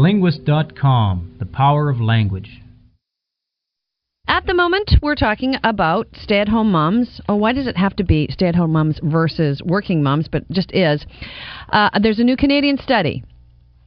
TheLinguist.com The Power of Language. At the moment, we're talking about stay at home moms. Oh, why does it have to be stay at home moms versus working moms? But just is. Uh, there's a new Canadian study.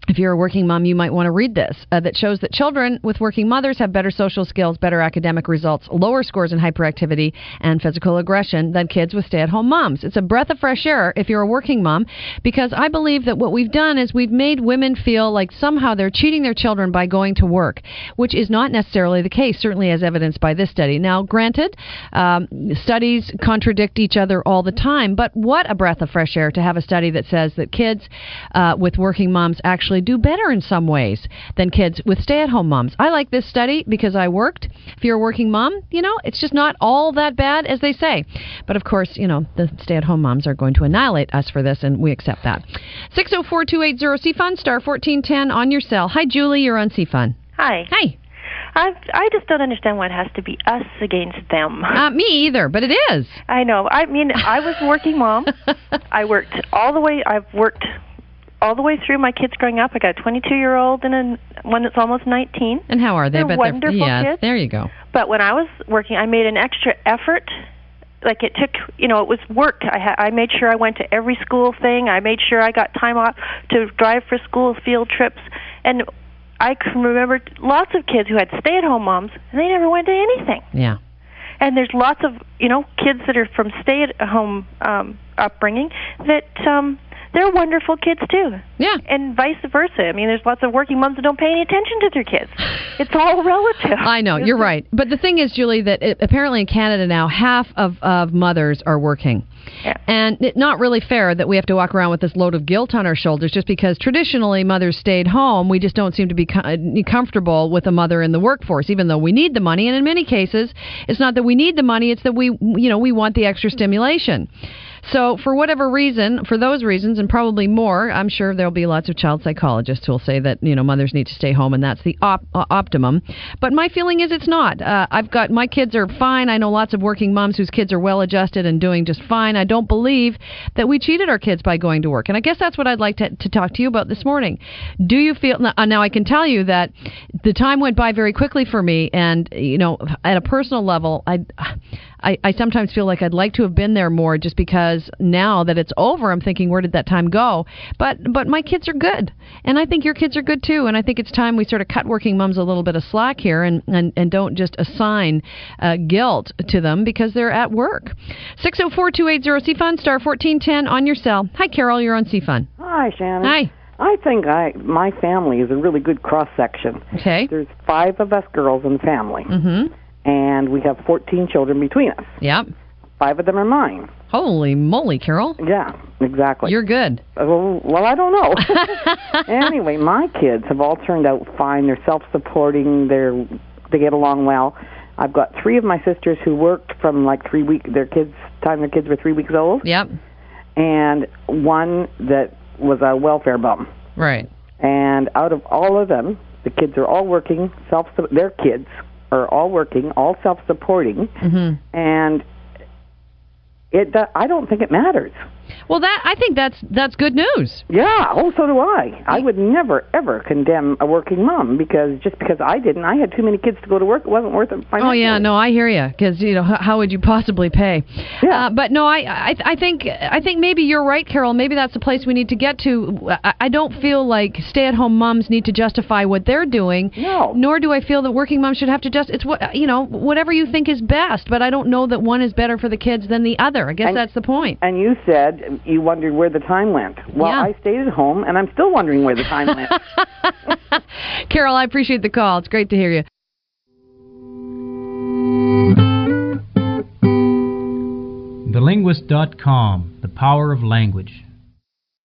If you're a working mom, you might want to read this uh, that shows that children with working mothers have better social skills, better academic results, lower scores in hyperactivity and physical aggression than kids with stay at home moms. It's a breath of fresh air if you're a working mom because I believe that what we've done is we've made women feel like somehow they're cheating their children by going to work, which is not necessarily the case, certainly as evidenced by this study. Now, granted, um, studies contradict each other all the time, but what a breath of fresh air to have a study that says that kids uh, with working moms actually do better in some ways than kids with stay at home moms. I like this study because I worked. If you're a working mom, you know, it's just not all that bad, as they say. But of course, you know, the stay at home moms are going to annihilate us for this, and we accept that. 604 280 CFUN, star 1410 on your cell. Hi, Julie, you're on CFUN. Hi. Hi. I I just don't understand why it has to be us against them. Not me either, but it is. I know. I mean, I was a working mom. I worked all the way. I've worked all the way through my kids growing up. I got a 22 year old and a, one that's almost 19. And how are they? They're but wonderful yeah, kids. there you go. But when I was working, I made an extra effort. Like it took, you know, it was work. I ha- I made sure I went to every school thing. I made sure I got time off to drive for school field trips, and I can remember lots of kids who had stay-at-home moms, and they never went to anything. Yeah. And there's lots of, you know, kids that are from stay-at-home um, upbringing that um, they're wonderful kids too Yeah. and vice versa. I mean, there's lots of working moms that don't pay any attention to their kids. It's all relative. I know, you're right. But the thing is, Julie, that it, apparently in Canada now, half of, of mothers are working. Yeah. And it's not really fair that we have to walk around with this load of guilt on our shoulders just because traditionally mothers stayed home. We just don't seem to be co- uh, comfortable with a mother in the workforce, even though we need the money. And in many cases, it's not that we need the money, it's that we, you know, we want the extra stimulation. So, for whatever reason, for those reasons and probably more, I'm sure there'll be lots of child psychologists who'll say that you know mothers need to stay home and that's the op- uh, optimum. But my feeling is it's not. Uh, I've got my kids are fine. I know lots of working moms whose kids are well adjusted and doing just fine. I don't believe that we cheated our kids by going to work. And I guess that's what I'd like to, to talk to you about this morning. Do you feel now? now I can tell you that the time went by very quickly for me, and you know, at a personal level, I, I, I sometimes feel like I'd like to have been there more, just because now that it's over, I'm thinking, where did that time go? But, but my kids are good, and I think your kids are good too, and I think it's time we sort of cut working moms a little bit of slack here, and and and don't just assign uh, guilt to them because they're at work. Six zero four two eight zero C Fun star fourteen ten on your cell. Hi, Carol, you're on C Fun. Hi, Shannon. Hi. I think I my family is a really good cross section. Okay. There's five of us girls in the family, Mm-hmm. and we have 14 children between us. Yep. Five of them are mine. Holy moly, Carol. Yeah, exactly. You're good. well, well, I don't know. anyway, my kids have all turned out fine. They're self-supporting. They're they get along well. I've got three of my sisters who worked from like three week their kids time their kids were three weeks old, Yep. and one that was a welfare bum. Right. And out of all of them, the kids are all working, self their kids are all working, all self-supporting, hmm and it do- I don't think it matters. Well, that I think that's that's good news. Yeah, oh so do I. I would never ever condemn a working mom because just because I didn't, I had too many kids to go to work, it wasn't worth it. Oh yeah, no, I hear you because you know h- how would you possibly pay? Yeah. Uh, but no, I, I I think I think maybe you're right, Carol. Maybe that's the place we need to get to. I, I don't feel like stay-at-home moms need to justify what they're doing. No. Nor do I feel that working moms should have to just. It's what you know, whatever you think is best. But I don't know that one is better for the kids than the other. I guess And- that's the point. And you said you wondered where the time went. Well, Yeah. I stayed at home, and I'm still wondering where the time went. Carol, I appreciate the call. It's great to hear you. TheLinguist.com The Power of Language.